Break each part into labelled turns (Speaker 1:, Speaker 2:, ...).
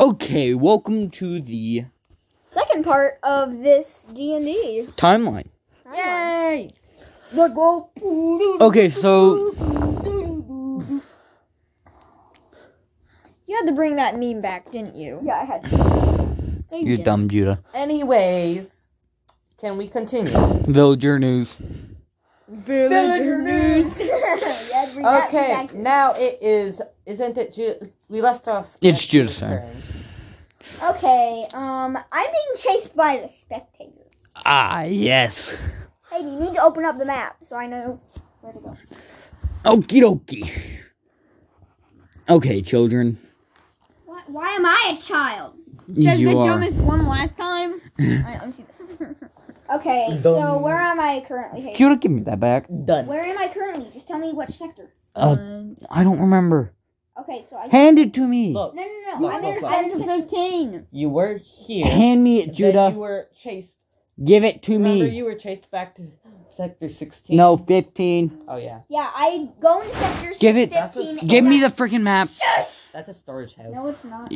Speaker 1: Okay, welcome to the
Speaker 2: Second part of this D and D.
Speaker 1: timeline.
Speaker 3: Yay! The go.
Speaker 1: Okay, so
Speaker 2: You had to bring that meme back, didn't you?
Speaker 3: Yeah, I had.
Speaker 1: you're dumb, Judah.
Speaker 3: Anyways, can we continue?
Speaker 1: Villager news.
Speaker 3: Villager news.
Speaker 2: you had to bring that meme
Speaker 3: Okay,
Speaker 2: back.
Speaker 3: now it is. Isn't it? Ju- we left off.
Speaker 1: It's
Speaker 3: at
Speaker 1: Judah's
Speaker 3: Judah's
Speaker 1: turn.
Speaker 2: Okay. Um, I'm being chased by the spectator.
Speaker 1: Ah, yes.
Speaker 2: Hey, you need to open up the map so I know where to go.
Speaker 1: Okie dokie. Okay, children.
Speaker 2: Why, why am I a child?
Speaker 1: you are.
Speaker 2: one last time. let me see this. okay, so where am I currently? Hayden?
Speaker 1: Judah, give me that back.
Speaker 3: Done.
Speaker 2: Where am I currently? Just tell me which sector.
Speaker 1: Uh, I don't remember.
Speaker 2: Okay, so I.
Speaker 1: Hand it to me.
Speaker 3: Um, Look,
Speaker 2: No, no, no.
Speaker 3: Look,
Speaker 2: I'm
Speaker 3: look,
Speaker 2: in
Speaker 3: look.
Speaker 2: I'm in sector fifteen.
Speaker 3: you were here.
Speaker 1: Hand me it,
Speaker 3: and
Speaker 1: Judah.
Speaker 3: Then you were chased.
Speaker 1: Give it to
Speaker 3: Remember,
Speaker 1: me.
Speaker 3: you were chased back to sector sixteen.
Speaker 1: No, 15.
Speaker 3: Oh yeah,
Speaker 2: Yeah, I go into sector
Speaker 1: Give it-
Speaker 3: That's
Speaker 2: fifteen.
Speaker 3: a-
Speaker 2: and
Speaker 1: Give me
Speaker 2: I-
Speaker 1: the freaking map.
Speaker 2: Shush!
Speaker 3: that's a storage house.
Speaker 2: No, it's not.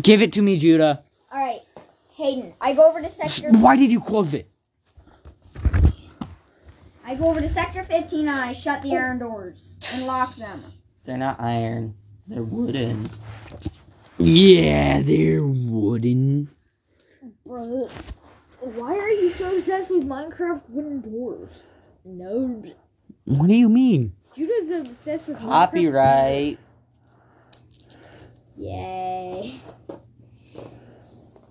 Speaker 1: Give it to me, Judah.
Speaker 2: All right, Hayden. I go over to sector.
Speaker 1: Why did you close it?
Speaker 2: I go over to sector 15 and I shut
Speaker 4: Oh.
Speaker 2: the iron doors and lock them.
Speaker 3: They're not iron. They're wooden.
Speaker 1: Yeah, they're wooden.
Speaker 4: Bro, why are you so obsessed with Minecraft wooden doors? No,
Speaker 1: What do you mean?
Speaker 4: Judah's obsessed with Minecraft.
Speaker 3: Copyright.
Speaker 2: Yay.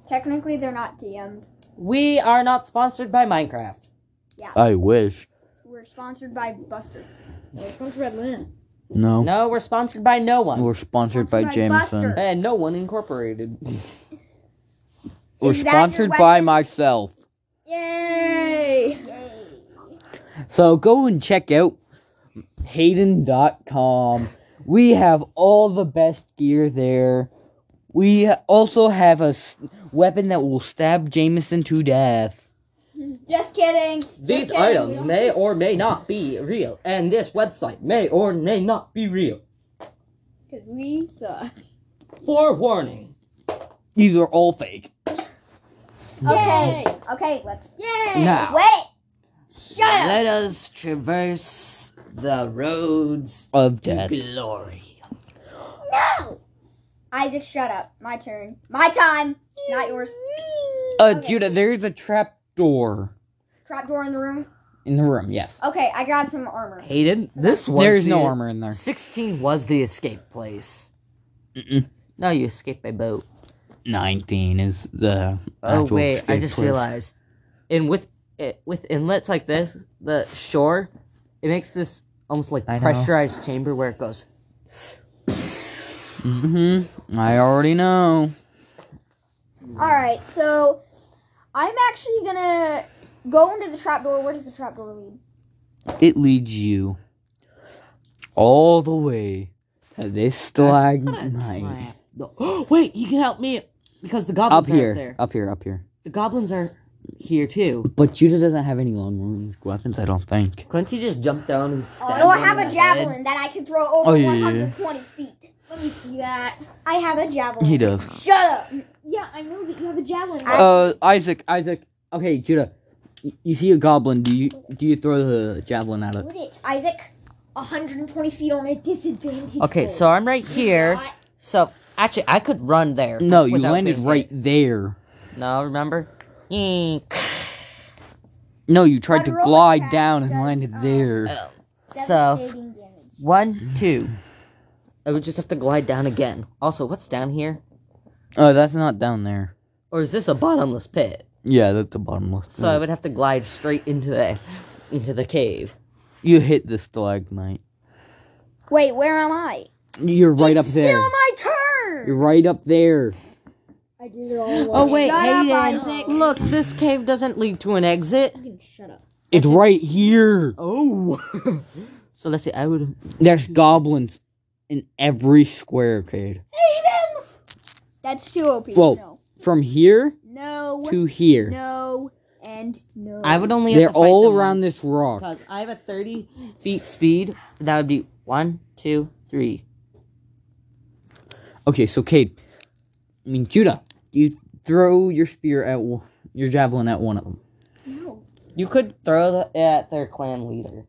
Speaker 2: Technically, they're not DM'd.
Speaker 3: We are not sponsored by Minecraft.
Speaker 1: I wish.
Speaker 2: We're sponsored by Buster.
Speaker 4: It's from Red Lynn.
Speaker 1: No.
Speaker 3: No, we're sponsored by no one.
Speaker 1: We're sponsored by
Speaker 2: by
Speaker 1: Jameson.
Speaker 2: Buster.
Speaker 3: and no one incorporated.
Speaker 1: We're
Speaker 2: Is that
Speaker 1: sponsored
Speaker 2: your
Speaker 1: by
Speaker 2: weapon?
Speaker 1: myself.
Speaker 2: Yay! Yay.
Speaker 1: So go and check out Hayden.com. We have all the best gear there. We also have a s- weapon that will stab Jameson to death.
Speaker 2: Just kidding. Just
Speaker 3: These
Speaker 2: kidding. We
Speaker 3: items
Speaker 2: don't-
Speaker 3: may or may not be real, and this website may or may not be real.
Speaker 4: Because we suck.
Speaker 3: Forewarning.
Speaker 1: These are all fake.
Speaker 2: Okay. Okay, let's. Yay!
Speaker 1: Now.
Speaker 2: Wait! Shut up!
Speaker 3: us traverse the roads
Speaker 1: Of death.
Speaker 3: glory.
Speaker 2: No! Isaac, shut up. My turn. My time! Not yours.
Speaker 1: Uh,
Speaker 2: Okay.
Speaker 1: Judah, there's a trap door
Speaker 2: Trapdoor in the room.
Speaker 1: in the room, yes.
Speaker 2: Okay, I got some armor.
Speaker 3: Hayden, this was
Speaker 1: There's
Speaker 3: the-
Speaker 1: no armor in there.
Speaker 3: 16 was the escape place.
Speaker 1: Mm-mm.
Speaker 3: No, you escaped by boat.
Speaker 1: 19 is the.
Speaker 3: Oh
Speaker 1: actual
Speaker 3: wait, I
Speaker 1: escape
Speaker 3: just
Speaker 1: place.
Speaker 3: realized. In with it with inlets like this, the shore, it makes this almost like
Speaker 1: I know.
Speaker 3: pressurized chamber where it goes.
Speaker 1: Mm-hmm. I already know.
Speaker 2: All right, so I'm actually gonna go into the trapdoor. Where does the trapdoor lead?
Speaker 1: It leads you all the way to this stalagmite.
Speaker 3: Slap. No. wait, you can help me because the
Speaker 1: Up
Speaker 3: goblins are up
Speaker 1: here,
Speaker 3: there.
Speaker 1: up here, up here.
Speaker 3: The goblins are here too.
Speaker 1: But Judah doesn't have any long range weapons, I don't think.
Speaker 3: Couldn't you just jump down and stab?
Speaker 2: Oh, I
Speaker 3: them
Speaker 2: have
Speaker 3: in
Speaker 2: a
Speaker 3: the
Speaker 2: javelin
Speaker 3: head?
Speaker 2: that I can throw over
Speaker 1: Oh, yeah, yeah,
Speaker 2: 120 feet.
Speaker 4: Let me see that.
Speaker 2: I have a javelin.
Speaker 1: He does.
Speaker 2: Shut up.
Speaker 4: Yeah, I know that you have a javelin.
Speaker 2: I-
Speaker 1: Uh, Isaac, Isaac. Okay, Judah. y- You see a goblin? Do you do you throw the javelin at it?
Speaker 2: Would it, Isaac? 120 feet on a disadvantage.
Speaker 3: Okay,
Speaker 2: roll.
Speaker 3: so I'm right here. So actually, I could run there.
Speaker 1: No, you
Speaker 3: without
Speaker 1: landed
Speaker 3: being
Speaker 1: right
Speaker 3: hit.
Speaker 1: there.
Speaker 3: No, remember? Eek.
Speaker 1: No, you tried
Speaker 2: But
Speaker 1: to
Speaker 2: roll
Speaker 1: glide
Speaker 2: attack
Speaker 1: down and
Speaker 2: does,
Speaker 1: landed
Speaker 2: uh,
Speaker 1: there.
Speaker 3: So
Speaker 2: Devastating damage.
Speaker 3: one, two. I would just have to glide down again. Also, what's down here?
Speaker 1: Oh, that's not down there.
Speaker 3: Or is this a bottomless pit?
Speaker 1: Yeah, that's the bottom left.
Speaker 3: So I would have to glide straight into the into the cave.
Speaker 1: You hit the stalagmite.
Speaker 2: Wait, where am I?
Speaker 1: You're right up there.
Speaker 2: Still my turn.
Speaker 1: You're right up there.
Speaker 4: I did it all alone.
Speaker 3: Oh wait,
Speaker 2: Shut up,
Speaker 3: Hayden.
Speaker 2: Isaac.
Speaker 3: Look, this cave doesn't lead to an exit.
Speaker 4: You can shut up.
Speaker 1: It's right here.
Speaker 3: Oh. so let's see. I would.
Speaker 1: There's goblins in every square, Cade.
Speaker 2: Aiden. That's too OP.
Speaker 1: Whoa.
Speaker 2: No.
Speaker 1: From here
Speaker 2: No.
Speaker 1: to here.
Speaker 2: No. And no.
Speaker 3: I would only.
Speaker 1: They're
Speaker 3: have to fight
Speaker 1: all
Speaker 3: them
Speaker 1: around
Speaker 3: once,
Speaker 1: this rock.
Speaker 3: Cause I have a thirty feet speed. That would be one, two, three.
Speaker 1: Okay, so Cade, I mean Judah, you throw your spear at w- your javelin at one of them.
Speaker 4: No.
Speaker 3: You could throw that at their clan leader.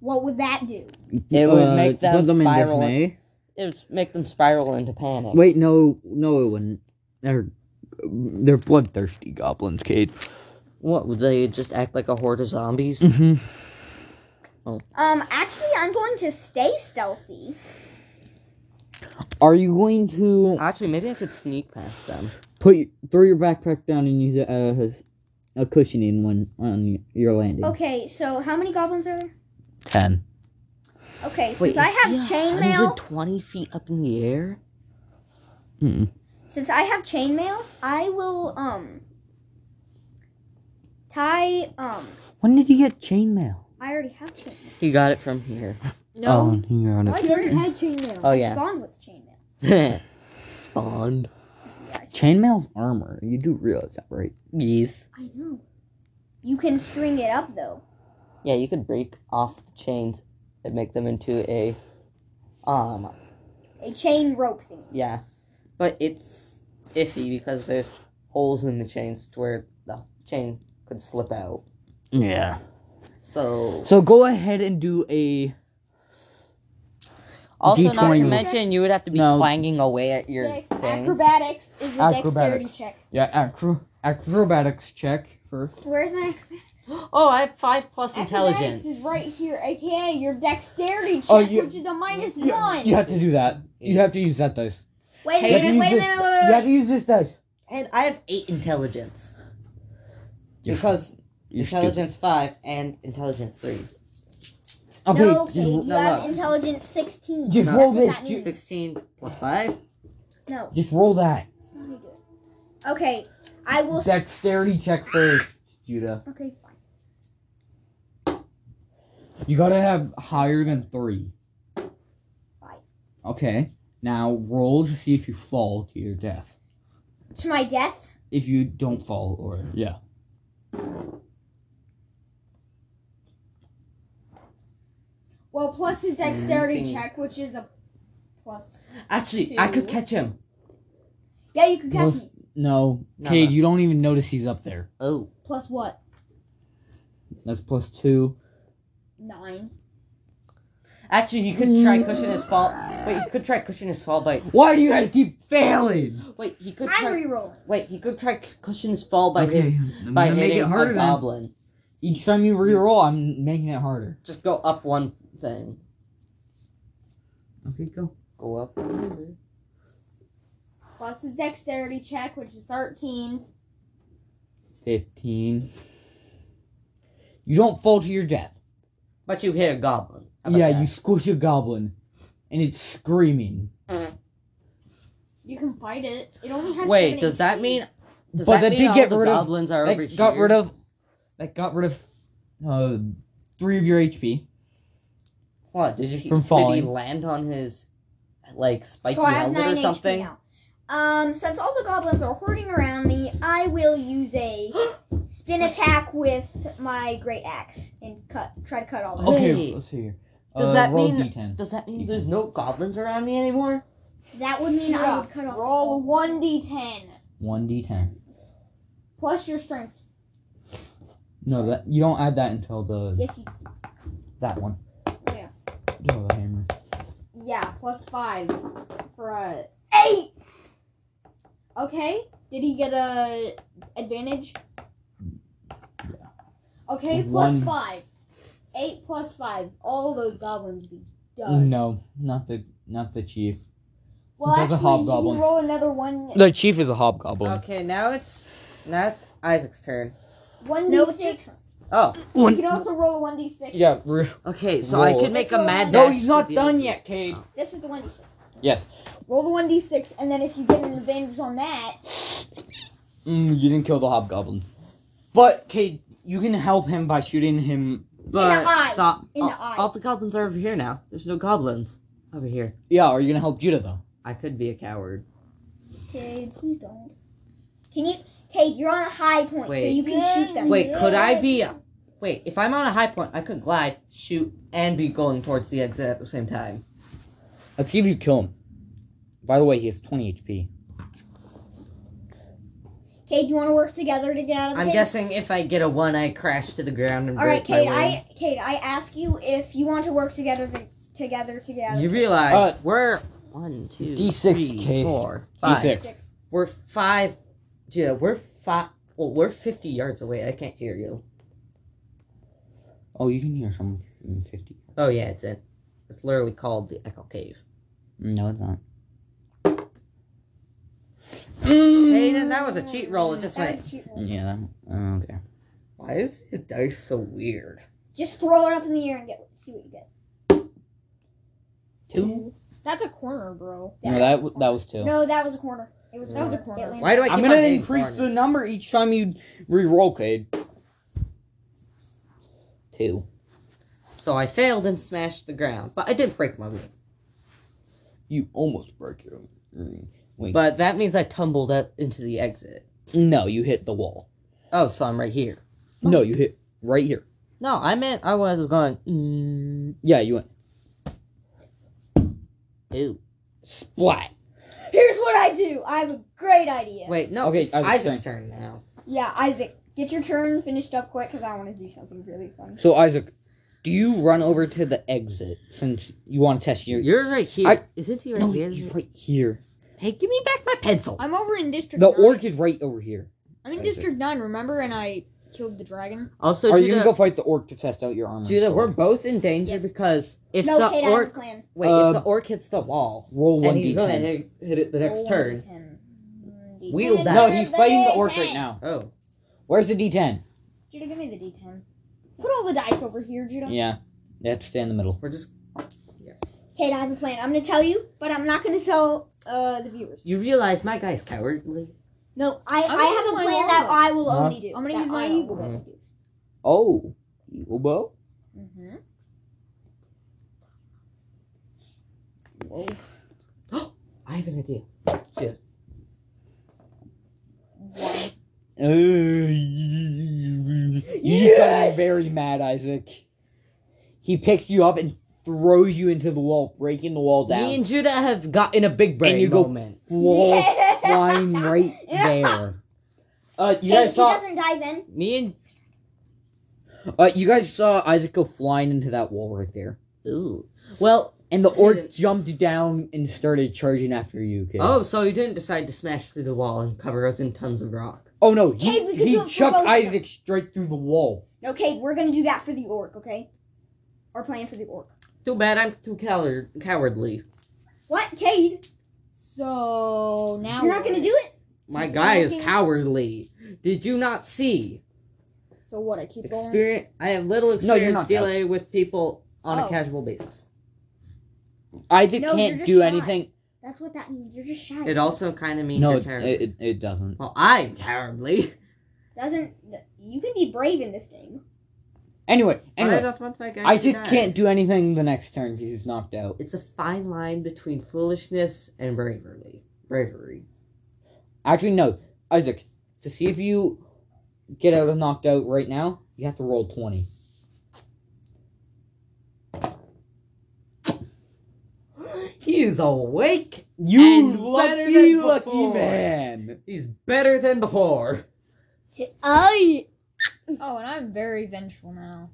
Speaker 4: What would that do?
Speaker 3: It would make
Speaker 1: Uh, put
Speaker 3: them
Speaker 1: in
Speaker 3: spiral.
Speaker 1: dismay.
Speaker 3: It would make them spiral into panic.
Speaker 1: Wait, no, no, it wouldn't. They're they're bloodthirsty goblins, Kate.
Speaker 3: What would they just act like a horde of zombies?
Speaker 1: Mm-hmm.
Speaker 2: Um, actually, I'm going to stay stealthy.
Speaker 1: Are you going to
Speaker 3: Actually, maybe I could sneak past them.
Speaker 1: put y- throw your backpack down and use a a, a cushioning one on y- your landing?
Speaker 2: Okay, so how many goblins are there?
Speaker 1: Ten.
Speaker 2: Okay, since I have chainmail,
Speaker 3: Twenty feet up in the air.
Speaker 2: since I have chainmail, I will um tie um.
Speaker 1: When did you get chainmail?
Speaker 2: I already have chainmail.
Speaker 3: He got it from here.
Speaker 1: Oh, you're on
Speaker 4: I
Speaker 1: a
Speaker 4: already had chainmail.
Speaker 3: Oh
Speaker 2: I
Speaker 3: yeah.
Speaker 2: spawned with chainmail.
Speaker 3: Spawned.
Speaker 1: chainmail's armor. You do realize that, right?
Speaker 3: Yes.
Speaker 2: I know. You can string it up though.
Speaker 3: Yeah, you could break off the chains and make them into a, um,
Speaker 2: A chain rope thing.
Speaker 3: yeah, but it's iffy because there's holes in the chains to where the chain could slip out.
Speaker 1: Yeah.
Speaker 3: So
Speaker 1: So go ahead and do a
Speaker 3: also not to
Speaker 1: D20.
Speaker 3: mention you would have to be
Speaker 1: No.
Speaker 3: clanging away at your
Speaker 4: Dex-
Speaker 3: thing.
Speaker 4: acrobatics is a dexterity
Speaker 1: Acrobatics.
Speaker 4: check.
Speaker 1: yeah acro- acrobatics check first.
Speaker 2: Where's my?
Speaker 3: Oh, I have five plus
Speaker 4: Acrobatics
Speaker 3: intelligence.
Speaker 4: is right here, aka your dexterity check,
Speaker 1: Oh, you-
Speaker 4: which is a minus one.
Speaker 1: You have to do that. You have to use that dice.
Speaker 2: Wait
Speaker 3: Hey,
Speaker 2: a
Speaker 1: You have to
Speaker 2: minute!
Speaker 1: use
Speaker 2: Wait a
Speaker 1: this-
Speaker 2: minute! Wait,
Speaker 1: You
Speaker 2: wait,
Speaker 1: have to
Speaker 2: wait.
Speaker 1: use this dice.
Speaker 3: And I have eight intelligence.
Speaker 1: You're
Speaker 3: because
Speaker 1: You're
Speaker 3: intelligence five and intelligence three.
Speaker 1: Okay,
Speaker 2: No, Kate, you
Speaker 1: just,
Speaker 3: no,
Speaker 2: have
Speaker 3: no.
Speaker 2: intelligence sixteen.
Speaker 1: just
Speaker 3: No.
Speaker 1: roll
Speaker 2: That's
Speaker 1: this.
Speaker 2: what that
Speaker 1: Ju-
Speaker 2: means.
Speaker 3: Sixteen plus five.
Speaker 2: No.
Speaker 1: Just roll that.
Speaker 2: Okay, I will. s-
Speaker 1: Dexterity check first, Judah.
Speaker 2: okay, fine.
Speaker 1: You gotta have higher than three.
Speaker 2: Five.
Speaker 1: Okay. Now roll to see if you fall to your death.
Speaker 2: To my death.
Speaker 1: If you don't fall, or yeah.
Speaker 4: Well, plus his dexterity
Speaker 3: Something.
Speaker 4: check, which is a plus.
Speaker 1: Actually,
Speaker 4: I could
Speaker 1: catch him.
Speaker 2: Yeah, you could catch
Speaker 1: Plus,
Speaker 2: me.
Speaker 1: no,
Speaker 3: No,
Speaker 1: Cade,
Speaker 3: no.
Speaker 1: you don't even notice he's up there.
Speaker 3: Oh,
Speaker 4: Plus what?
Speaker 1: That's plus two.
Speaker 4: Nine.
Speaker 3: actually, you could try cushion his fall. Wait, you could try cushion his fall by.
Speaker 1: Why do you gotta keep failing?
Speaker 3: Wait, he could
Speaker 2: I'm
Speaker 3: try.
Speaker 2: rerolling.
Speaker 3: Wait, he could try c- cushion his fall by hit-
Speaker 1: I'm
Speaker 3: by
Speaker 1: gonna
Speaker 3: hitting
Speaker 1: make it harder.
Speaker 3: a
Speaker 1: then.
Speaker 3: goblin.
Speaker 1: Each time you re-roll, I'm making it harder.
Speaker 3: Just go up one thing.
Speaker 1: Okay, go.
Speaker 3: Go up.
Speaker 4: Plus his dexterity check, which is thirteen.
Speaker 1: Fifteen. You don't fall to your death.
Speaker 3: But you hit a goblin. How about
Speaker 1: yeah,
Speaker 3: that?
Speaker 1: you squish a goblin, and it's screaming.
Speaker 4: You can fight it. It only has.
Speaker 3: Wait,
Speaker 4: 7
Speaker 3: does that
Speaker 4: HP.
Speaker 3: mean? Does
Speaker 1: But
Speaker 3: that
Speaker 1: that
Speaker 3: mean
Speaker 1: did
Speaker 3: all
Speaker 1: get
Speaker 3: the
Speaker 1: rid of-
Speaker 3: goblins are over
Speaker 1: That got
Speaker 3: here?
Speaker 1: rid of. That got rid of. Uh, three of your HP.
Speaker 3: What did you?
Speaker 1: From
Speaker 3: Did
Speaker 1: falling.
Speaker 3: he land on his like spiky
Speaker 2: so I have
Speaker 3: helmet
Speaker 2: nine
Speaker 3: or
Speaker 2: HP
Speaker 3: something?
Speaker 2: now. Um, since all the goblins are hoarding around me, I will use a spin attack with my great axe and cut. Try to cut all of them.
Speaker 1: Okay,
Speaker 3: Wait.
Speaker 1: let's see here.
Speaker 3: Does
Speaker 1: Uh,
Speaker 3: that
Speaker 1: roll
Speaker 3: mean-
Speaker 1: D10.
Speaker 3: Does that mean there's no goblins around me anymore?
Speaker 2: That would mean I
Speaker 4: Yeah.
Speaker 2: would cut off.
Speaker 4: Roll one d10
Speaker 1: One D10.
Speaker 4: plus your strength.
Speaker 1: No, that you don't add that until the
Speaker 2: Yes, you.
Speaker 1: that one.
Speaker 4: Yeah.
Speaker 1: Oh, the hammer.
Speaker 4: Yeah, plus five for a.
Speaker 2: Eight.
Speaker 4: Okay. Did he get a advantage? Okay, plus
Speaker 1: One.
Speaker 4: five. Eight plus five. All those goblins be done.
Speaker 1: No, not the not the chief.
Speaker 4: Well,
Speaker 1: It's like a
Speaker 4: actually, you
Speaker 1: hobgoblin.
Speaker 4: can roll another one.
Speaker 1: The chief is a hobgoblin.
Speaker 3: Okay, now it's now it's Isaac's turn.
Speaker 4: One
Speaker 2: No,
Speaker 4: d
Speaker 2: it's your
Speaker 4: six.
Speaker 3: Oh,
Speaker 4: You can also roll a one d six.
Speaker 1: Yeah. re-
Speaker 3: okay. So I
Speaker 1: Roll.
Speaker 3: could make a mad
Speaker 1: No,
Speaker 3: dash
Speaker 1: he's
Speaker 3: to
Speaker 1: not
Speaker 3: the
Speaker 1: done
Speaker 3: other-
Speaker 1: yet, Cade.
Speaker 3: Oh.
Speaker 2: This is the one.
Speaker 1: Yes.
Speaker 4: Roll the one d six, and then if you get an advantage on that,
Speaker 1: Mm, you didn't kill the hobgoblin. But Cade, you can help him by shooting him.
Speaker 3: But
Speaker 2: eye.
Speaker 3: thought-
Speaker 2: In the
Speaker 3: all,
Speaker 2: eye.
Speaker 3: all the goblins are over here now. There's no goblins over here.
Speaker 1: Yeah. Are you gonna help Judah though?
Speaker 3: I could be a coward.
Speaker 2: Cade, please don't. Can you, Cade? You're on a high point, so
Speaker 3: Wait.
Speaker 2: you can shoot them.
Speaker 3: Wait, could I be? A, wait, if I'm on a high point, I could glide, shoot, and be going towards the exit at the same time.
Speaker 1: Let's see if you kill him. By the way, he has 20 HP.
Speaker 2: Kate, do you want to work together to get out of the
Speaker 3: I'm
Speaker 2: pit?
Speaker 3: guessing if I get a one, I crash to the ground and
Speaker 2: All right,
Speaker 3: break
Speaker 2: Kate.
Speaker 3: my wing.
Speaker 2: I Kate, I ask you if you want to work together to, together to get out of
Speaker 3: You
Speaker 2: the
Speaker 3: realize
Speaker 1: Uh,
Speaker 3: we're one, two,
Speaker 1: D6,
Speaker 3: three,
Speaker 1: Kate.
Speaker 3: four, five.
Speaker 1: D6.
Speaker 2: pit. Six.
Speaker 3: We're five. Gina, we're five. Well, we're fifty yards away. I can't hear you.
Speaker 1: Oh, you can hear someone from 50.
Speaker 3: Oh yeah, it's in. It's literally called the Echo Cave.
Speaker 1: No, it's not. Mm.
Speaker 3: Hayden, that was a cheat roll. It just
Speaker 2: That
Speaker 3: went.
Speaker 2: was a cheat roll.
Speaker 1: Yeah, that, oh, okay.
Speaker 3: Why is this dice so weird?
Speaker 2: Just throw it up in the air and get see what you get.
Speaker 1: Two?
Speaker 4: That's a corner, bro.
Speaker 1: No, that, w- that was two.
Speaker 2: No, that was a corner. It was
Speaker 4: That was a
Speaker 2: It
Speaker 4: corner.
Speaker 2: landed.
Speaker 3: Why do I? Keep
Speaker 1: I'm
Speaker 3: on
Speaker 1: gonna
Speaker 3: hitting
Speaker 1: increase the
Speaker 3: corners?
Speaker 1: number each time you re-roll, Cade. Two.
Speaker 3: So I failed and smashed the ground, but I did break my wing.
Speaker 1: You almost broke your ring. Wait.
Speaker 3: But that means I tumbled up into the exit.
Speaker 1: no, you hit the wall.
Speaker 3: Oh, so I'm right here.
Speaker 1: No, you hit right here.
Speaker 3: No, I meant I was going. Mm,
Speaker 1: Yeah, you went
Speaker 3: ew.
Speaker 1: splat.
Speaker 2: Here's what I do. I have a great idea.
Speaker 3: Wait, no.
Speaker 1: Okay,
Speaker 3: it's
Speaker 1: Isaac's
Speaker 3: Isaac's turn now.
Speaker 2: Yeah, Isaac, get your turn finished up quick because I want to do something really fun.
Speaker 1: So Isaac, do you run over to the exit since you want to test your?
Speaker 3: You're right here.
Speaker 1: I-
Speaker 3: Isn't he right
Speaker 1: no,
Speaker 3: here?
Speaker 1: he's right here.
Speaker 3: Hey, give me back my pencil.
Speaker 4: I'm over in District
Speaker 1: The
Speaker 4: 9.
Speaker 1: orc is right over here.
Speaker 4: I'm in
Speaker 1: Isaac.
Speaker 4: District 9, remember? And I killed the dragon.
Speaker 3: Also,
Speaker 1: Are
Speaker 3: Judah,
Speaker 1: you gonna go fight the orc to test out your armor?
Speaker 3: Judah, we're both in danger
Speaker 4: Yes.
Speaker 3: because if
Speaker 2: no,
Speaker 3: the
Speaker 2: Kate, I have a
Speaker 3: orc
Speaker 2: plan.
Speaker 3: wait,
Speaker 1: Uh,
Speaker 3: if the orc hits the wall,
Speaker 1: roll one
Speaker 3: and he's
Speaker 1: d
Speaker 3: gonna
Speaker 1: ten.
Speaker 3: hit, hit it the next
Speaker 4: Oh.
Speaker 2: Roll
Speaker 3: turn.
Speaker 2: 10.
Speaker 4: Mm,
Speaker 3: Wield that.
Speaker 1: No, he's fighting the orc
Speaker 2: D10.
Speaker 1: right now.
Speaker 3: Oh,
Speaker 1: Where's the d ten?
Speaker 2: Judah, give me the d10.
Speaker 4: Put all the dice over here, Judah.
Speaker 1: Yeah, that's stay in the middle.
Speaker 3: we're just.
Speaker 2: Kate, I have a plan. I'm gonna tell you, but I'm not gonna tell uh, the viewers.
Speaker 3: You realize my guy's cowardly.
Speaker 2: No, I,
Speaker 4: I'm
Speaker 2: I
Speaker 4: gonna
Speaker 2: have
Speaker 4: use
Speaker 2: a
Speaker 4: my
Speaker 2: plan that
Speaker 4: longbow.
Speaker 2: I will
Speaker 1: Huh?
Speaker 2: only do.
Speaker 4: I'm gonna
Speaker 2: That
Speaker 4: use my
Speaker 2: I'll
Speaker 4: eagle
Speaker 2: only
Speaker 4: bow.
Speaker 2: do.
Speaker 1: Oh, eagle bow.
Speaker 4: Mm-hmm.
Speaker 3: I have an idea.
Speaker 1: Uh, He's getting very mad, Isaac. He picks you up and throws you into the wall, breaking the wall down.
Speaker 3: Me and Judah have gotten a big brain
Speaker 1: And you go-
Speaker 3: moment.
Speaker 1: Wall
Speaker 2: Yeah.
Speaker 1: flying right there. Uh, you
Speaker 2: Kate, if
Speaker 1: guys
Speaker 2: he
Speaker 1: saw.
Speaker 2: doesn't die then.
Speaker 3: Me and
Speaker 1: Uh, you guys saw Isaac go flying into that wall right there,
Speaker 3: ooh. Well,
Speaker 1: and the orc
Speaker 3: Didn't.
Speaker 1: jumped down and started charging after you. Kid.
Speaker 3: oh, so you didn't decide to smash through the wall and cover us in tons of rock.
Speaker 1: Oh no! He,
Speaker 2: Hey, we could do it
Speaker 1: he
Speaker 2: for
Speaker 1: chucked
Speaker 2: both of them.
Speaker 1: Isaac straight through the wall.
Speaker 2: No, Kate, we're gonna do that for the orc, okay? Our plan for the orc.
Speaker 3: Too bad I'm too coward cowardly.
Speaker 2: What, Kate?
Speaker 4: So now.
Speaker 2: You're not gonna do it.
Speaker 3: My guy is
Speaker 2: Okay.
Speaker 3: cowardly. Did you not see?
Speaker 4: So what? I keep going.
Speaker 3: experience. I have little
Speaker 1: No, you're
Speaker 3: experience
Speaker 1: not
Speaker 3: dealing with people on a
Speaker 4: Oh.
Speaker 3: casual basis.
Speaker 1: Isaac
Speaker 2: No, you're
Speaker 1: can't
Speaker 2: just
Speaker 1: do
Speaker 2: shy.
Speaker 1: anything.
Speaker 2: That's what that means. You're just shy.
Speaker 3: It also kind of means
Speaker 1: No,
Speaker 3: you're
Speaker 1: it,
Speaker 3: cowardly.
Speaker 1: it, it doesn't.
Speaker 3: well, I'm cowardly.
Speaker 2: doesn't. You can be brave in this game.
Speaker 1: Anyway,
Speaker 3: I
Speaker 1: anyway,
Speaker 3: don't want my guy to
Speaker 1: Isaac
Speaker 3: die.
Speaker 1: can't do anything the next turn because he's knocked out.
Speaker 3: It's a fine line between foolishness and bravery. Bravery.
Speaker 1: Actually, no, Isaac. To see if you get out of knocked out right now, you have to roll twenty.
Speaker 3: He's awake.
Speaker 1: You
Speaker 3: And better
Speaker 1: lucky,
Speaker 3: than
Speaker 1: lucky
Speaker 3: before.
Speaker 1: man.
Speaker 3: He's better than before.
Speaker 2: I.
Speaker 4: Oh, and I'm very vengeful now.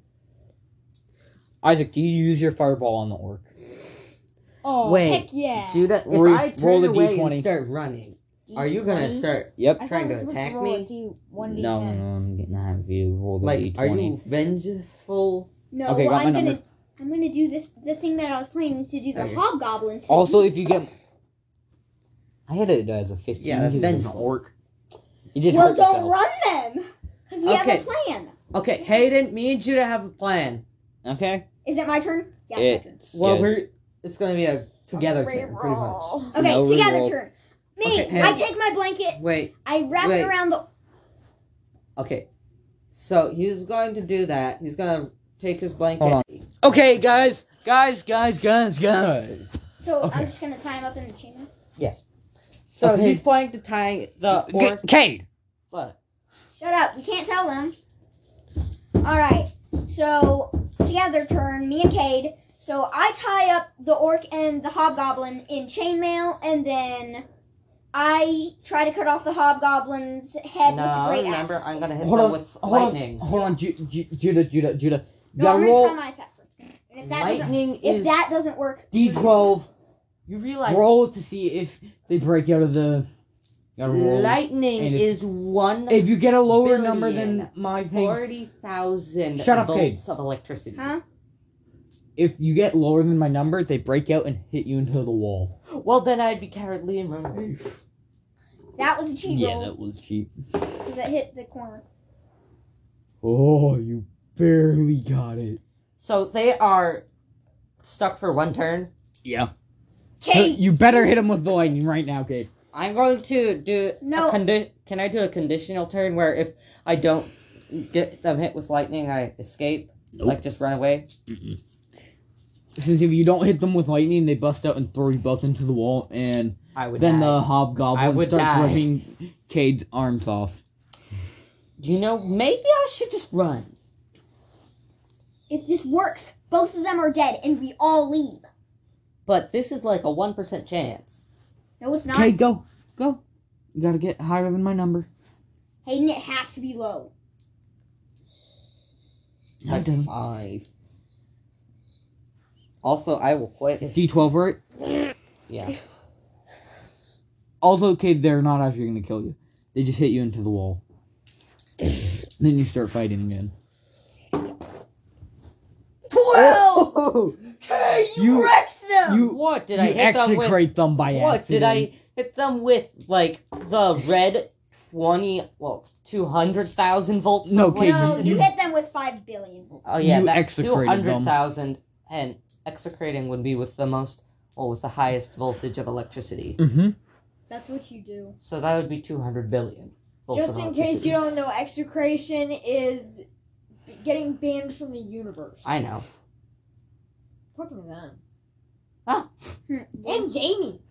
Speaker 1: Isaac, do you use your fireball on the orc?
Speaker 4: Oh,
Speaker 3: Wait,
Speaker 4: heck yeah.
Speaker 3: Judah, if
Speaker 1: Roll-
Speaker 3: I turn
Speaker 1: roll a
Speaker 3: away
Speaker 1: D20.
Speaker 3: and start running, are you gonna
Speaker 4: D20?
Speaker 3: start
Speaker 1: Yep.
Speaker 4: I thought
Speaker 3: trying
Speaker 4: we
Speaker 3: to
Speaker 4: were supposed
Speaker 3: attack
Speaker 4: roll
Speaker 3: me?
Speaker 4: a D-
Speaker 1: No,
Speaker 4: one
Speaker 1: no,
Speaker 4: D10.
Speaker 1: I'm getting out of you. Roll the
Speaker 3: like?
Speaker 1: d20.
Speaker 3: Are you vengeful?
Speaker 2: No,
Speaker 1: Okay, got
Speaker 2: well,
Speaker 1: my
Speaker 2: I'm gonna.
Speaker 1: number.
Speaker 2: I'm gonna do this. The thing that I was planning to do, the
Speaker 3: Okay.
Speaker 2: hobgoblin. Test.
Speaker 1: Also, if you get, I hit it as a fifteen.
Speaker 3: Yeah, that's
Speaker 1: because it's an
Speaker 3: vengeful.
Speaker 1: orc. You just
Speaker 2: well,
Speaker 1: hurt
Speaker 2: don't
Speaker 1: yourself.
Speaker 2: run then, because we
Speaker 3: Okay.
Speaker 2: have a plan.
Speaker 3: Okay, Hayden, me and Judah have a plan.
Speaker 1: Okay.
Speaker 2: Is it my turn? Yeah, it's my turn.
Speaker 1: It's
Speaker 3: Well,
Speaker 1: good.
Speaker 3: we're it's gonna be a together turn, pretty much.
Speaker 4: Reroll.
Speaker 2: Okay,
Speaker 1: No
Speaker 2: together
Speaker 1: reroll.
Speaker 2: turn. Me,
Speaker 3: Okay,
Speaker 2: I
Speaker 3: hey.
Speaker 2: take my blanket.
Speaker 3: Wait,
Speaker 2: I wrap
Speaker 3: Wait.
Speaker 2: it around the.
Speaker 3: Okay. So he's going to do that. He's gonna take his blanket.
Speaker 1: Hold on. okay, guys, guys, guys, guys, guys.
Speaker 2: So
Speaker 1: Okay.
Speaker 2: I'm just gonna tie him up in the chain.
Speaker 3: So
Speaker 1: Okay.
Speaker 3: he's planning to tie the orc.
Speaker 1: G- Cade.
Speaker 3: What?
Speaker 2: Shut up! You can't tell them. All right. So together turn me and Cade. So I tie up the orc and the hobgoblin in chainmail, and then I try to cut off the hobgoblin's head
Speaker 3: No,
Speaker 2: with the great
Speaker 3: remember,
Speaker 2: axe.
Speaker 3: I'm gonna hit
Speaker 1: Hold
Speaker 3: them
Speaker 1: on,
Speaker 3: with
Speaker 1: hold
Speaker 3: lightning.
Speaker 1: on, hold on, Ju- Ju- Judah, Judah, Judah. You
Speaker 2: no, I'm
Speaker 1: gotta
Speaker 2: gonna try
Speaker 1: roll
Speaker 2: my attack first. And if that doesn't,
Speaker 3: Lightning
Speaker 2: if
Speaker 3: is
Speaker 2: that doesn't work,
Speaker 1: d12.
Speaker 3: You realize
Speaker 1: Roll to see if they break out of the. you gotta roll.
Speaker 3: lightning
Speaker 1: And if-
Speaker 3: is one
Speaker 1: If you get a lower number than
Speaker 3: Billion.
Speaker 1: my thing,
Speaker 3: forty thousand
Speaker 1: Shut up, Cade.
Speaker 3: volts of electricity.
Speaker 2: huh?
Speaker 1: if you get lower than my number, they break out and hit you into the wall.
Speaker 3: Well, then I'd be cowardly and run.
Speaker 2: That was a cheat
Speaker 1: Yeah,
Speaker 2: roll
Speaker 1: that was cheap.
Speaker 2: because it hit the corner.
Speaker 1: Oh, you barely got it.
Speaker 3: So they are stuck for one turn.
Speaker 1: Yeah.
Speaker 2: Kate,
Speaker 1: You better hit him with the lightning right now, Kate.
Speaker 3: I'm going to do a
Speaker 2: No.
Speaker 3: condi- can I do a conditional turn where if I don't get them hit with lightning, I escape,
Speaker 1: Nope.
Speaker 3: like just run away?
Speaker 1: Since if you don't hit them with lightning, they bust out and throw you both into the wall, and
Speaker 3: I would.
Speaker 1: then uh, the
Speaker 3: die. I
Speaker 1: hobgoblin
Speaker 3: would
Speaker 1: starts
Speaker 3: die.
Speaker 1: ripping Cade's arms off.
Speaker 3: you know maybe I should just run.
Speaker 2: if this works, both of them are dead and we all leave.
Speaker 3: But this is like a one percent chance.
Speaker 2: No, it's not.
Speaker 1: Cade, go, go. You gotta get higher than my number.
Speaker 2: Hayden, it has to be low.
Speaker 1: Not
Speaker 3: Like
Speaker 1: done.
Speaker 3: five. Also, I will quit. If,
Speaker 1: D12, right?
Speaker 3: yeah.
Speaker 1: Also, Cade, they're not actually gonna kill you. They just hit you into the wall. then you start fighting again.
Speaker 2: Twelve.
Speaker 1: Oh, you
Speaker 2: wrecked them.
Speaker 1: you
Speaker 3: What did
Speaker 1: you
Speaker 3: I hit them with?
Speaker 1: execrate them by
Speaker 3: What did
Speaker 1: accident.
Speaker 3: I hit them with? Like the red twenty, well, two hundred thousand volts.
Speaker 1: No,
Speaker 3: of
Speaker 1: Cade,
Speaker 2: no,
Speaker 3: electricity?
Speaker 2: you
Speaker 1: you-
Speaker 2: hit them with five billion. volts.
Speaker 3: Oh yeah,
Speaker 1: You
Speaker 3: that
Speaker 1: execrated
Speaker 3: two
Speaker 1: them.
Speaker 3: hundred thousand and execrating would be with the most, well, with the highest voltage of electricity.
Speaker 1: Mm-hmm.
Speaker 4: That's what you do.
Speaker 3: So that would be two hundred billion. Volts
Speaker 4: Just
Speaker 3: of
Speaker 4: in case
Speaker 3: electricity.
Speaker 4: you don't know, execration is b- getting banned from the universe.
Speaker 3: I know.
Speaker 4: fucking them.
Speaker 3: Ah.
Speaker 4: And Jamie.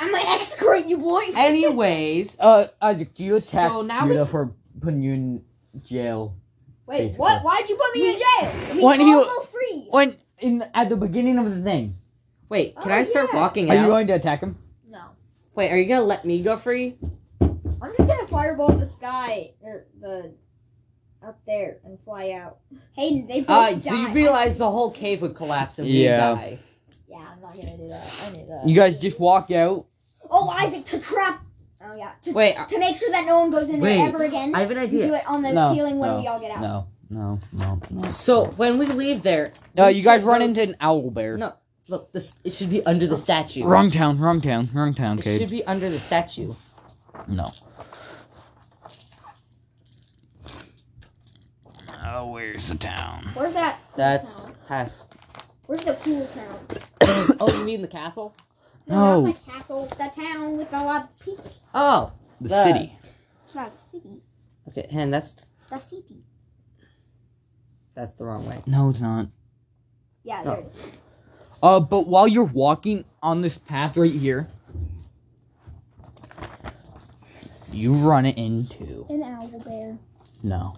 Speaker 2: I'm gonna execrate you, boy.
Speaker 3: Anyways,
Speaker 1: Uh, Isaac, do you attack
Speaker 3: So now
Speaker 1: Judah for putting you in jail?
Speaker 2: Wait,
Speaker 1: Basically.
Speaker 2: what? Why'd you put me in jail? We
Speaker 1: Why do
Speaker 2: all
Speaker 1: you-
Speaker 2: go free.
Speaker 1: When in at the beginning of the thing,
Speaker 3: wait, can
Speaker 2: Oh,
Speaker 3: I start
Speaker 2: yeah.
Speaker 3: walking
Speaker 1: are you
Speaker 3: out?
Speaker 1: going to attack him?
Speaker 4: No.
Speaker 3: wait, are you gonna let me go free?
Speaker 4: I'm just gonna fireball this guy or the up there and fly out.
Speaker 2: Hayden, they both
Speaker 3: Uh, do
Speaker 2: died.
Speaker 3: you realize the whole cave would collapse and we
Speaker 1: Yeah.
Speaker 3: die?
Speaker 4: Yeah, I'm not gonna do that. I knew that.
Speaker 1: You guys just walk out.
Speaker 2: Oh, Isaac, to trap. Oh yeah. To,
Speaker 3: Wait,
Speaker 2: to make sure that no one goes in
Speaker 3: Wait,
Speaker 2: there ever again.
Speaker 3: I have an
Speaker 2: You do
Speaker 3: idea.
Speaker 2: it on the
Speaker 1: No,
Speaker 2: ceiling when
Speaker 1: no,
Speaker 2: we all get out.
Speaker 1: No, no, no, no.
Speaker 3: So when we leave there,
Speaker 1: Uh,
Speaker 3: we
Speaker 1: you guys
Speaker 3: should
Speaker 1: run
Speaker 3: go-
Speaker 1: into an owl bear.
Speaker 3: No. Look, this it should be under the statue.
Speaker 1: Wrong town, wrong town, wrong town,
Speaker 3: It should
Speaker 1: Cade.
Speaker 3: be under the statue.
Speaker 1: No. Oh, where's the town?
Speaker 2: Where's that?
Speaker 3: That's past.
Speaker 2: Where's the cool town?
Speaker 3: Oh, you mean the castle?
Speaker 2: No,
Speaker 1: Oh.
Speaker 2: not the castle. The town with a lot of people.
Speaker 3: Oh,
Speaker 1: The
Speaker 3: The-
Speaker 1: city.
Speaker 2: It's not a city.
Speaker 3: okay. And that's
Speaker 2: The city.
Speaker 3: that's the wrong way.
Speaker 1: No, it's not. Oh.
Speaker 2: Yeah,
Speaker 3: No.
Speaker 2: there it is.
Speaker 1: Uh, but while you're walking on this path right here, you run into
Speaker 2: An owl bear.
Speaker 1: no.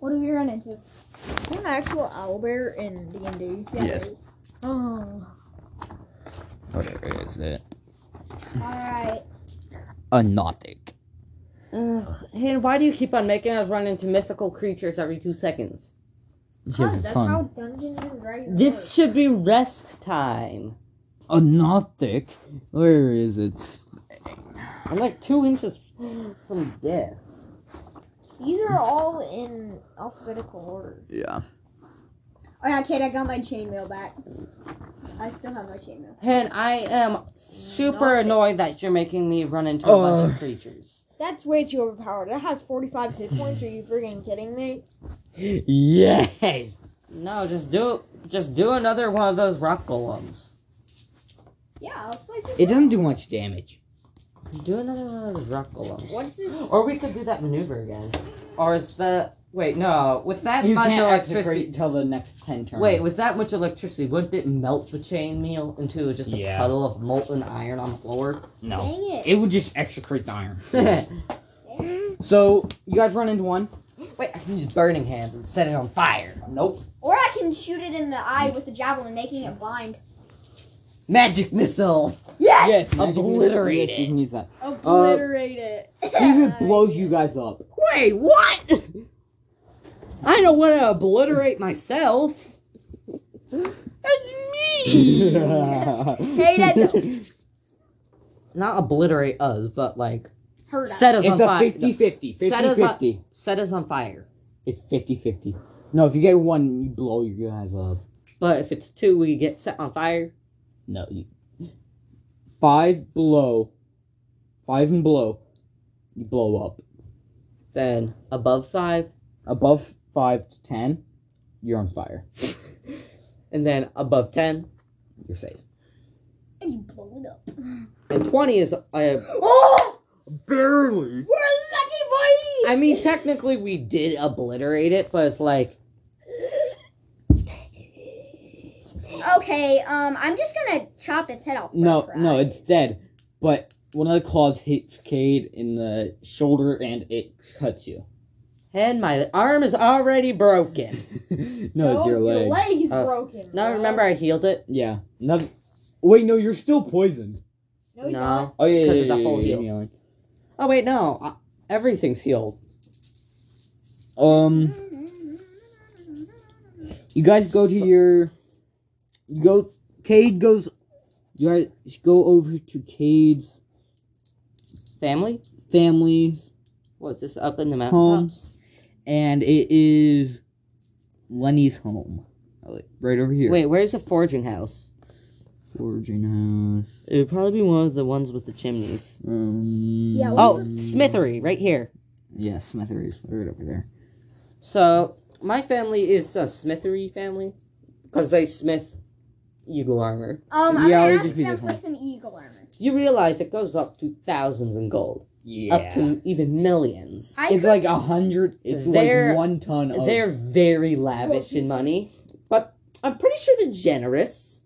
Speaker 2: What have you run into?
Speaker 4: Is there an actual owlbear in D and D?
Speaker 1: Yes.
Speaker 4: Oh.
Speaker 1: Whatever is it?
Speaker 2: Alright.
Speaker 1: A Nothic.
Speaker 3: Ugh, and why do you keep on making us run into mythical creatures every two seconds?
Speaker 1: Because it's
Speaker 4: that's
Speaker 1: fun.
Speaker 4: how Dungeons and Dragons.
Speaker 3: This should be rest time.
Speaker 1: A Nothic. Where is it?
Speaker 3: I'm like two inches from death.
Speaker 4: work. These are all in alphabetical order.
Speaker 1: Yeah.
Speaker 2: Oh yeah, Kate, I got my chainmail back. I still have my chainmail.
Speaker 3: And I am super
Speaker 4: Nothing.
Speaker 3: annoyed that you're making me run into a bunch of
Speaker 1: Ugh.
Speaker 3: creatures.
Speaker 4: That's way too overpowered. It has 45 hit points. Are you friggin' kidding me?
Speaker 1: Yes.
Speaker 3: No, just do just do another one of those rock golems.
Speaker 2: Yeah, I'll slice this
Speaker 1: It doesn't do much damage.
Speaker 3: Do another one of those rock golems.
Speaker 4: What's it?
Speaker 3: Or we could do that maneuver again. Or is the wait no with that
Speaker 1: You
Speaker 3: much
Speaker 1: can't
Speaker 3: electricity?
Speaker 1: electrocute until the next ten turns.
Speaker 3: Wait, with that much electricity, wouldn't it melt the chainmail into just a
Speaker 1: Yeah.
Speaker 3: puddle of molten iron on the floor?
Speaker 1: no.
Speaker 2: Dang it.
Speaker 1: It would just execrate the iron.
Speaker 3: Wait,
Speaker 1: So you guys run into one.
Speaker 3: I can use burning hands and set it on fire. Nope.
Speaker 2: Or I can shoot it in the eye with a javelin, making it blind.
Speaker 1: Magic missile.
Speaker 4: Yes!
Speaker 1: Yes, magic missile.
Speaker 5: Obliterate
Speaker 1: Yes, you can use that.
Speaker 4: Obliterate it.
Speaker 1: Even blows you guys up.
Speaker 3: Wait, what? I don't want to obliterate myself. That's me.
Speaker 2: Hey, that's
Speaker 5: Not obliterate us, but like
Speaker 2: hurt us.
Speaker 5: set us on
Speaker 1: It's a
Speaker 5: fire.
Speaker 1: 50 50.
Speaker 5: set us
Speaker 1: 50 50.
Speaker 5: on set us on fire.
Speaker 1: It's 50 50. No, if you get one, you blow your guys up.
Speaker 3: But if it's two, we get set on fire.
Speaker 1: No. You... Five blow. Five and blow. You blow up.
Speaker 3: Then above five,
Speaker 1: Above five to ten, you're on fire.
Speaker 3: and then above ten,
Speaker 1: You're safe.
Speaker 2: And you blow it up.
Speaker 3: and twenty is. Uh,
Speaker 2: Oh!
Speaker 1: Barely.
Speaker 2: We're lucky boys!
Speaker 3: I mean, technically, we did obliterate it, but it's like
Speaker 2: Okay, um, I'm just gonna chop its head off. for
Speaker 1: No,
Speaker 2: pride.
Speaker 1: no, it's dead. But one of the claws hits Cade in the shoulder and it cuts you.
Speaker 3: And my arm is already broken.
Speaker 1: no, it's your leg.
Speaker 4: Oh, leg is
Speaker 3: Uh,
Speaker 4: broken.
Speaker 3: Now
Speaker 4: bro.
Speaker 3: remember I healed it?
Speaker 1: Yeah. Another... Wait, no, you're still poisoned.
Speaker 4: No, he's not.
Speaker 1: Oh yeah,
Speaker 3: Because
Speaker 1: yeah,
Speaker 3: of the
Speaker 1: yeah,
Speaker 3: whole
Speaker 1: yeah, yeah,
Speaker 3: deal.
Speaker 1: yeah.
Speaker 3: Oh wait, no. Uh, everything's healed.
Speaker 1: Um, you guys go to your. You go. Cade goes. You guys go over to Cade's
Speaker 3: Family?
Speaker 1: family's
Speaker 3: What's this up in the
Speaker 1: home,
Speaker 3: mountaintops?
Speaker 1: and it is Lenny's home, Like, right over here.
Speaker 3: Wait, where's the forging house?
Speaker 1: Forging house.
Speaker 3: It would probably be one of the ones with the chimneys.
Speaker 1: Um,
Speaker 2: Yeah,
Speaker 3: Oh, smithery, right here.
Speaker 1: yeah, Smithery is right over there.
Speaker 3: So, my family is a smithery family. Because they smith eagle armor.
Speaker 2: Um,
Speaker 1: Yeah,
Speaker 2: I'm
Speaker 1: we
Speaker 2: gonna
Speaker 1: just
Speaker 2: ask
Speaker 1: need
Speaker 2: them
Speaker 1: this
Speaker 2: for
Speaker 1: one.
Speaker 2: some eagle armor.
Speaker 3: You realize it goes up to thousands in gold.
Speaker 1: Yeah.
Speaker 3: Up to even millions.
Speaker 2: I
Speaker 1: it's
Speaker 2: could,
Speaker 1: like a hundred. It's
Speaker 3: They're-
Speaker 1: like one ton. Of,
Speaker 3: They're very lavish in money. But I'm pretty sure they're generous.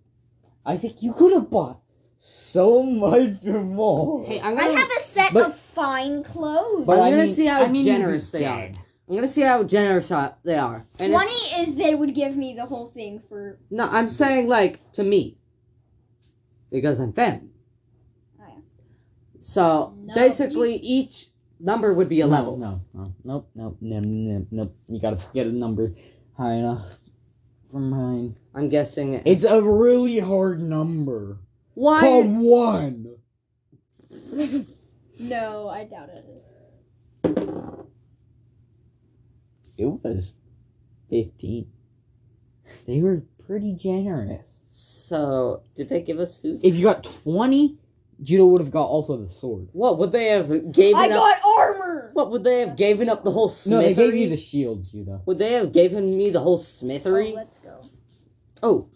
Speaker 1: I think you could have bought so much more.
Speaker 3: Hey, I'm
Speaker 2: I
Speaker 3: gonna.
Speaker 2: have a set
Speaker 1: But-
Speaker 2: of fine clothes.
Speaker 1: But
Speaker 3: I'm
Speaker 1: I
Speaker 3: gonna
Speaker 1: mean-
Speaker 3: see how
Speaker 1: I mean, you'd be
Speaker 3: generous they are.
Speaker 1: dead.
Speaker 3: I'm gonna see how generous I- they are. And it's-
Speaker 2: Twenty is they would give me the whole thing for.
Speaker 3: no, I'm saying like to me, because I'm family.
Speaker 2: Oh, yeah.
Speaker 3: So
Speaker 4: No,
Speaker 3: basically, each number would be a
Speaker 1: No,
Speaker 3: level.
Speaker 1: No, no, nope, nope, nope, nope, nope. You gotta get a number high enough for mine.
Speaker 3: I'm guessing it-
Speaker 1: It's a really hard number.
Speaker 3: why.
Speaker 1: Call one.
Speaker 4: No, I doubt it is.
Speaker 1: It was fifteen. They were pretty generous.
Speaker 3: So did they give us food?
Speaker 1: If you got twenty, Judo would have got also the sword.
Speaker 3: What would they have given
Speaker 4: I
Speaker 3: up?
Speaker 4: got armor!
Speaker 3: what would they have given up the whole
Speaker 1: No,
Speaker 3: smithery?
Speaker 1: they gave you the shield, Judo.
Speaker 3: would they have given me the whole
Speaker 2: Oh,
Speaker 3: smithery?
Speaker 2: let's go.
Speaker 3: Oh,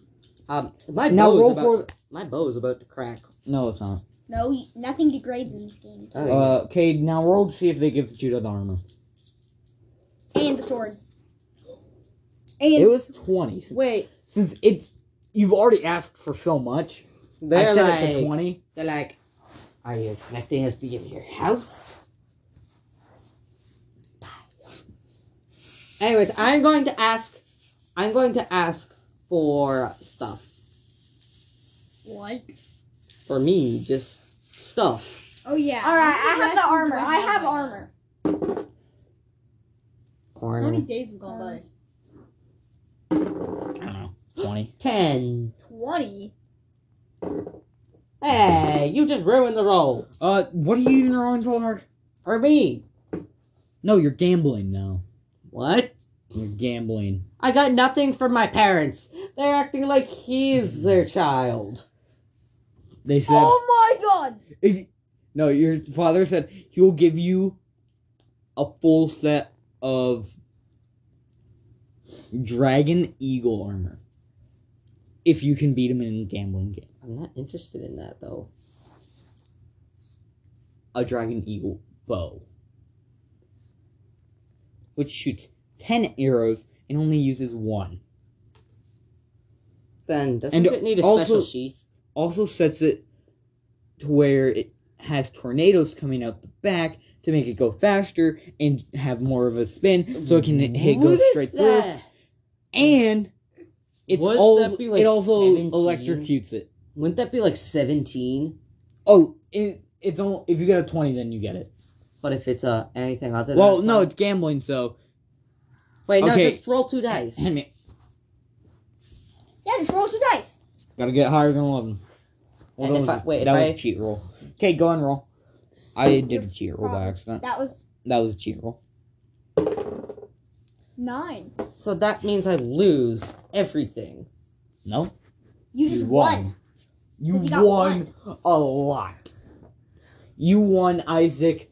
Speaker 3: um, my
Speaker 1: Now
Speaker 3: bow
Speaker 1: roll
Speaker 3: is about, my bow is about to crack.
Speaker 1: No, it's not.
Speaker 2: No, y- nothing degrades in this game.
Speaker 3: Oh.
Speaker 1: Uh, Cade, now roll to see if they give Judo the armor.
Speaker 2: And the sword.
Speaker 4: And
Speaker 1: It was twenty. Since,
Speaker 3: Wait,
Speaker 1: since it's you've already asked for so much,
Speaker 3: they're
Speaker 1: I said
Speaker 3: like
Speaker 1: it to twenty.
Speaker 3: they're like, are you expecting us to give you your house? Bye." Anyways, I'm going to ask. I'm going to ask for stuff
Speaker 4: what?
Speaker 3: for me, just stuff.
Speaker 4: Oh yeah.
Speaker 2: All right,
Speaker 4: How many
Speaker 2: I have the
Speaker 4: rations
Speaker 2: armor.
Speaker 4: do
Speaker 2: I have
Speaker 4: right now?
Speaker 2: armor.
Speaker 4: How many
Speaker 3: Corn
Speaker 4: days have gone by?
Speaker 1: I don't know, twenty.
Speaker 3: ten.
Speaker 4: Twenty.
Speaker 3: Hey, you just ruined the roll
Speaker 1: Uh, what are you even rolling for?
Speaker 3: for me.
Speaker 1: No, you're gambling now.
Speaker 3: What?
Speaker 1: You're gambling.
Speaker 3: I got nothing from my parents. They're acting like he's their child.
Speaker 1: They said.
Speaker 4: Oh my god!
Speaker 1: If- no, your father said he'll give you a full set of dragon eagle armor if you can beat him in a gambling game.
Speaker 3: I'm not interested in that though.
Speaker 1: A dragon eagle bow, which shoots ten arrows and only uses one.
Speaker 3: Then doesn't
Speaker 1: And
Speaker 3: it need a
Speaker 1: also-
Speaker 3: special sheath?
Speaker 1: also sets it to where it has tornadoes coming out the back to make it go faster and have more of a spin so it can hit go
Speaker 3: What is
Speaker 1: straight through
Speaker 3: that?
Speaker 1: and it's
Speaker 3: Wouldn't
Speaker 1: all
Speaker 3: that be like
Speaker 1: it also
Speaker 3: 17?
Speaker 1: electrocutes it
Speaker 3: Wouldn't that be like 17?
Speaker 1: Oh, it, it's only if you get a twenty, then you get it.
Speaker 3: But if it's uh, anything other than.
Speaker 1: Well, no, it's gambling, so
Speaker 3: Wait, no,
Speaker 1: okay.
Speaker 3: just roll two dice.
Speaker 1: hand me-
Speaker 2: Yeah, just roll two dice.
Speaker 1: gotta get higher than eleven. Well,
Speaker 3: And
Speaker 1: that
Speaker 3: if
Speaker 1: was-
Speaker 3: I- wait,
Speaker 1: that
Speaker 3: if
Speaker 1: was
Speaker 3: I-
Speaker 1: a cheat roll. Okay, go and roll. I did a cheat roll by
Speaker 2: Probably.
Speaker 1: accident.
Speaker 2: That was
Speaker 1: That was a cheat roll.
Speaker 4: Nine.
Speaker 3: So that means I lose everything.
Speaker 1: No,
Speaker 2: you just won.
Speaker 1: You
Speaker 2: 'Cause he got
Speaker 1: won a lot. You won Isaac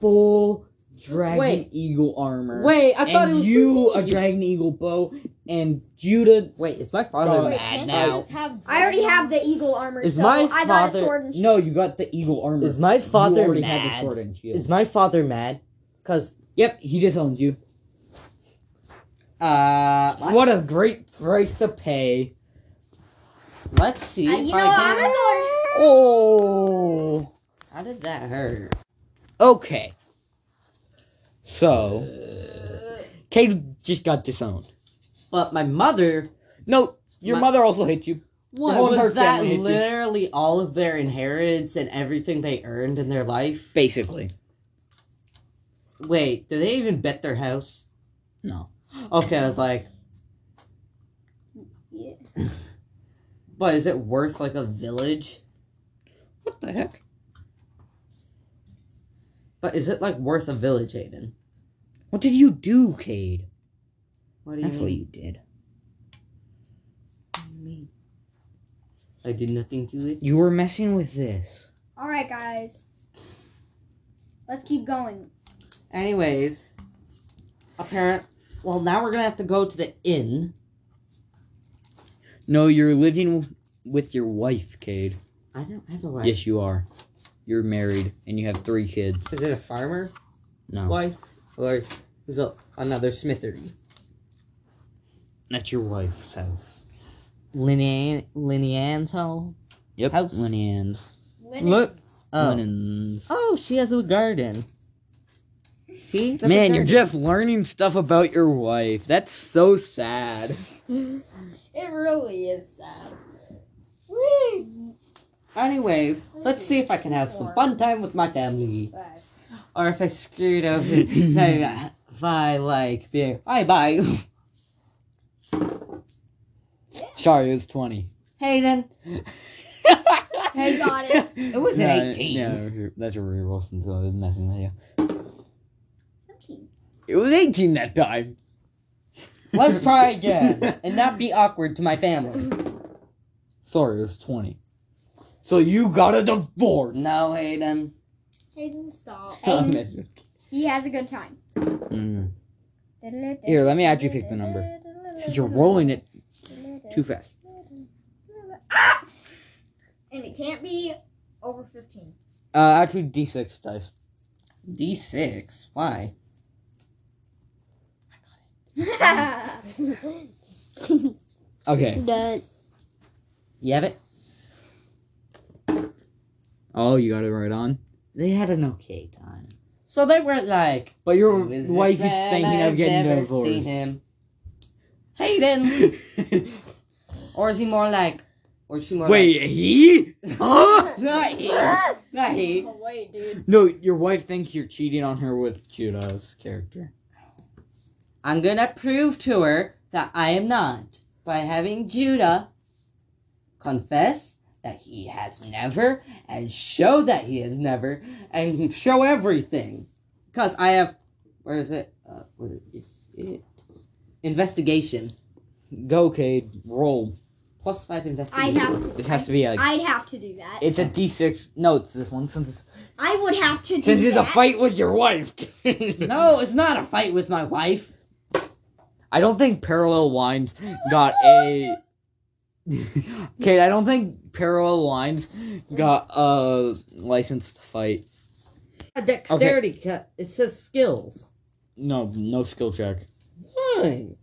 Speaker 1: full dragon
Speaker 3: Wait.
Speaker 1: eagle armor.
Speaker 3: Wait, I thought
Speaker 1: and
Speaker 3: it was.
Speaker 1: you
Speaker 3: for
Speaker 1: a
Speaker 3: me.
Speaker 1: dragon eagle bow and Judah.
Speaker 3: Wait, is my father
Speaker 1: Wait,
Speaker 3: mad
Speaker 4: can't
Speaker 3: now?
Speaker 4: just have
Speaker 2: I already have the eagle armor.
Speaker 3: Is
Speaker 2: so
Speaker 3: my
Speaker 2: I got a
Speaker 3: father-
Speaker 2: sword and sh-
Speaker 1: No, you got the eagle armor.
Speaker 3: Is my father
Speaker 1: you already
Speaker 3: mad?
Speaker 1: Had the sword and shield.
Speaker 3: Is my father mad? Cause
Speaker 1: Yep, he disowned you.
Speaker 3: uh,
Speaker 1: What a great price to pay.
Speaker 3: let's see.
Speaker 2: Uh,
Speaker 3: if
Speaker 2: you
Speaker 3: I
Speaker 2: know what? I'm
Speaker 3: can-
Speaker 2: gonna go.
Speaker 1: Oh.
Speaker 3: How did that hurt?
Speaker 1: Okay. So, Kate just got disowned.
Speaker 3: But my mother.
Speaker 1: No, your
Speaker 3: My-
Speaker 1: mother also hit you.
Speaker 3: What
Speaker 1: whole entire
Speaker 3: was that?
Speaker 1: family hates you.
Speaker 3: Literally all of their inheritance and everything they earned in their life.
Speaker 1: Basically.
Speaker 3: Wait, did they even bet their house?
Speaker 1: No.
Speaker 3: Okay, I was like,
Speaker 2: Yeah.
Speaker 3: but is it worth like a village?
Speaker 1: What the heck?
Speaker 3: But is it like worth a village, Aiden?
Speaker 1: What did you do, Cade?
Speaker 3: What do you
Speaker 1: That's what
Speaker 3: mean?
Speaker 1: you did.
Speaker 3: I did nothing to it.
Speaker 1: You were messing with this.
Speaker 2: All right, guys. Let's keep going.
Speaker 3: Anyways, apparent. Well, now we're gonna have to go to the inn.
Speaker 1: No, you're living with your wife, Cade.
Speaker 3: I don't have a wife.
Speaker 1: Yes, you are. You're married and you have three kids.
Speaker 3: Is it a farmer
Speaker 1: No.
Speaker 3: wife or is it another smithery?
Speaker 1: That's your wife's house.
Speaker 3: Linian Linian's home.
Speaker 1: Yep.
Speaker 3: House.
Speaker 1: Linens.
Speaker 3: Look. Oh.
Speaker 1: Linens.
Speaker 3: Oh, she has a garden. See, There's a
Speaker 1: Man, you're
Speaker 3: garden.
Speaker 1: just learning stuff about your wife. That's so sad.
Speaker 4: It really is sad.
Speaker 3: Anyways, let's see if I can have some fun time with my family, or if I screwed up by like being bye bye.
Speaker 1: Sorry, it was 20.
Speaker 3: Hayden,
Speaker 2: You got it.
Speaker 3: it was an eighteen.
Speaker 1: No, that's a reroll since I was messing with you.
Speaker 2: Thirteen.
Speaker 1: It was 18 that time.
Speaker 3: Let's try again and not be awkward to my family.
Speaker 1: Sorry, it was 20. So you got a divorce.
Speaker 3: No, Hayden.
Speaker 4: Hayden, stop.
Speaker 2: And he has a good time.
Speaker 1: Mm. Here, let me actually pick the number. Since you're rolling it too fast.
Speaker 4: And it can't be over 15.
Speaker 1: Uh, actually, D6 dice.
Speaker 3: D6. Why?
Speaker 1: Okay.
Speaker 3: You have it?
Speaker 1: Oh, you got it right on.
Speaker 6: They had an okay time.
Speaker 3: So they weren't like,
Speaker 1: But your
Speaker 3: "Who is this
Speaker 1: wife is
Speaker 3: man?
Speaker 1: thinking
Speaker 3: I've
Speaker 1: of getting
Speaker 3: never
Speaker 1: divorced.
Speaker 3: Seen him. Hayden! or is he more like, or is she more
Speaker 1: Wait, he?
Speaker 3: like, not he. Not he.
Speaker 4: Away, dude.
Speaker 1: No, your wife thinks you're cheating on her with Judah's character.
Speaker 3: I'm gonna prove to her that I am not by having Judah confess that he has never and show that he has never and show everything. Because I have, where is it? Uh, where is it? Investigation.
Speaker 1: Go, Cade. Roll.
Speaker 3: Plus five
Speaker 2: I
Speaker 3: investigation.
Speaker 2: have
Speaker 1: This
Speaker 2: to.
Speaker 1: has to be a.
Speaker 2: I'd have to do that.
Speaker 1: It's a D6. No, it's this one. Since it's,
Speaker 2: I would have to do
Speaker 1: since it's a
Speaker 2: that.
Speaker 1: fight with your wife.
Speaker 3: No, it's not a fight with my wife.
Speaker 1: I don't think Parallel Lines got a. Kate, I don't think Parallel Lines got a license to fight.
Speaker 3: Dexterity cut. It says skills.
Speaker 1: No, no skill check.
Speaker 3: Fine.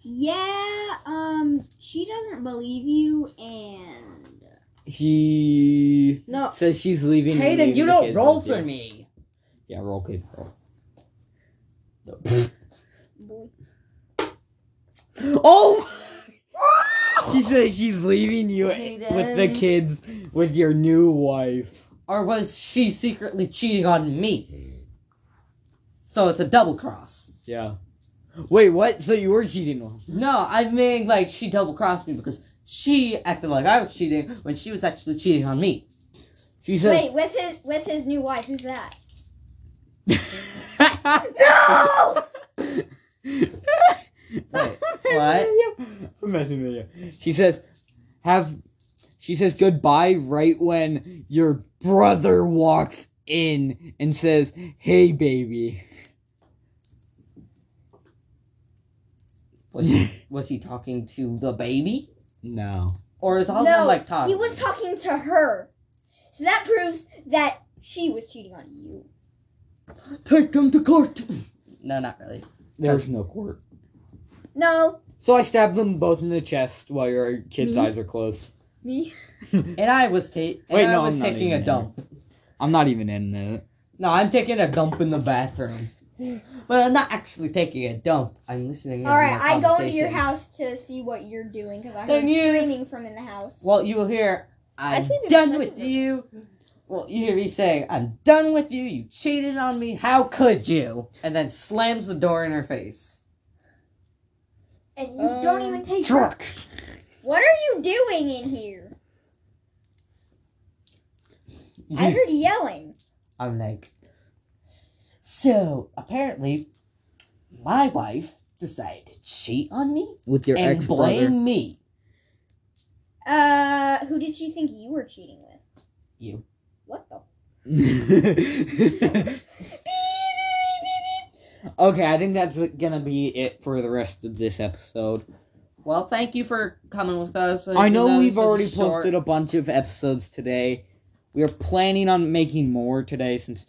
Speaker 2: Yeah. Um. She doesn't believe you, and
Speaker 1: He
Speaker 3: No.
Speaker 1: says she's leaving. and
Speaker 3: Hayden,
Speaker 1: leaving
Speaker 3: you
Speaker 1: the
Speaker 3: don't
Speaker 1: kids
Speaker 3: roll
Speaker 1: with you.
Speaker 3: for me.
Speaker 1: Yeah, roll, Kate. Roll.
Speaker 2: boy.
Speaker 1: Oh! She says she's leaving you with the kids with your new wife.
Speaker 3: Or was she secretly cheating on me? So it's a double cross.
Speaker 1: Yeah. Wait, what? So you were cheating on?
Speaker 3: No, I mean, like, she double crossed me because she acted like I was cheating when she was actually cheating on me.
Speaker 1: She says.
Speaker 2: Wait, with his with his new wife, who's that?
Speaker 1: no.
Speaker 3: Wait, what?
Speaker 1: I'm messing with you. She says, "Have." She says goodbye right when your brother walks in and says, "Hey, baby."
Speaker 3: Was he, was he talking to the baby?
Speaker 1: No.
Speaker 3: Or is all of them
Speaker 2: no,
Speaker 3: like talking?
Speaker 2: he was talking to her. So that proves that she was cheating on you.
Speaker 3: Take him to court! No, not really.
Speaker 1: There's no court.
Speaker 2: No,
Speaker 1: So I stabbed them both in the chest while your kid's eyes are closed.
Speaker 2: me.
Speaker 3: And I was, ta- and
Speaker 1: Wait,
Speaker 3: I
Speaker 1: no,
Speaker 3: was
Speaker 1: I'm not
Speaker 3: taking a
Speaker 1: even
Speaker 3: dump.
Speaker 1: I'm not even in the.
Speaker 3: No, I'm taking a dump in the bathroom. Well, I'm not actually taking a dump. I'm listening. in
Speaker 2: All right,
Speaker 3: on
Speaker 2: I go into your
Speaker 3: conversation.
Speaker 2: house to see what you're doing because I
Speaker 3: Then
Speaker 2: heard
Speaker 3: you-
Speaker 2: screaming from in the house.
Speaker 3: Well, you will hear, I'm
Speaker 2: sleep in the
Speaker 3: done
Speaker 2: dressing
Speaker 3: with
Speaker 2: room."
Speaker 3: you. Well, you hear me saying, I'm done with you. You cheated on me. How could you? And then slams the door in her face.
Speaker 2: And you don't
Speaker 3: uh,
Speaker 2: even take.
Speaker 1: Truck!
Speaker 2: What are you doing in here? I heard yelling.
Speaker 3: am like, so apparently, my wife decided to cheat on me
Speaker 1: With your
Speaker 3: and
Speaker 1: ex brother.
Speaker 3: blame me.
Speaker 2: Uh, who did she think you were cheating with?
Speaker 3: You.
Speaker 2: What the?
Speaker 1: okay, I think that's gonna be it for the rest of this episode.
Speaker 3: Well, thank you for coming with us.
Speaker 1: I know we've
Speaker 3: this is
Speaker 1: already
Speaker 3: short.
Speaker 1: posted a bunch of episodes today. We are planning on making more today since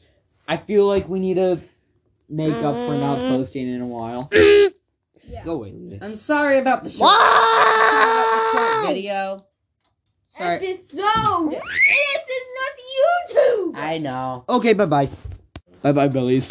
Speaker 1: I feel like we need to make up for
Speaker 3: Mm.
Speaker 1: not posting in a while.
Speaker 2: Yeah.
Speaker 1: Go away.
Speaker 3: I'm sorry about the short, sorry about the short video. Sorry.
Speaker 2: Episode. this is not YouTube.
Speaker 3: I know.
Speaker 1: Okay, bye bye. Bye bye, Billies.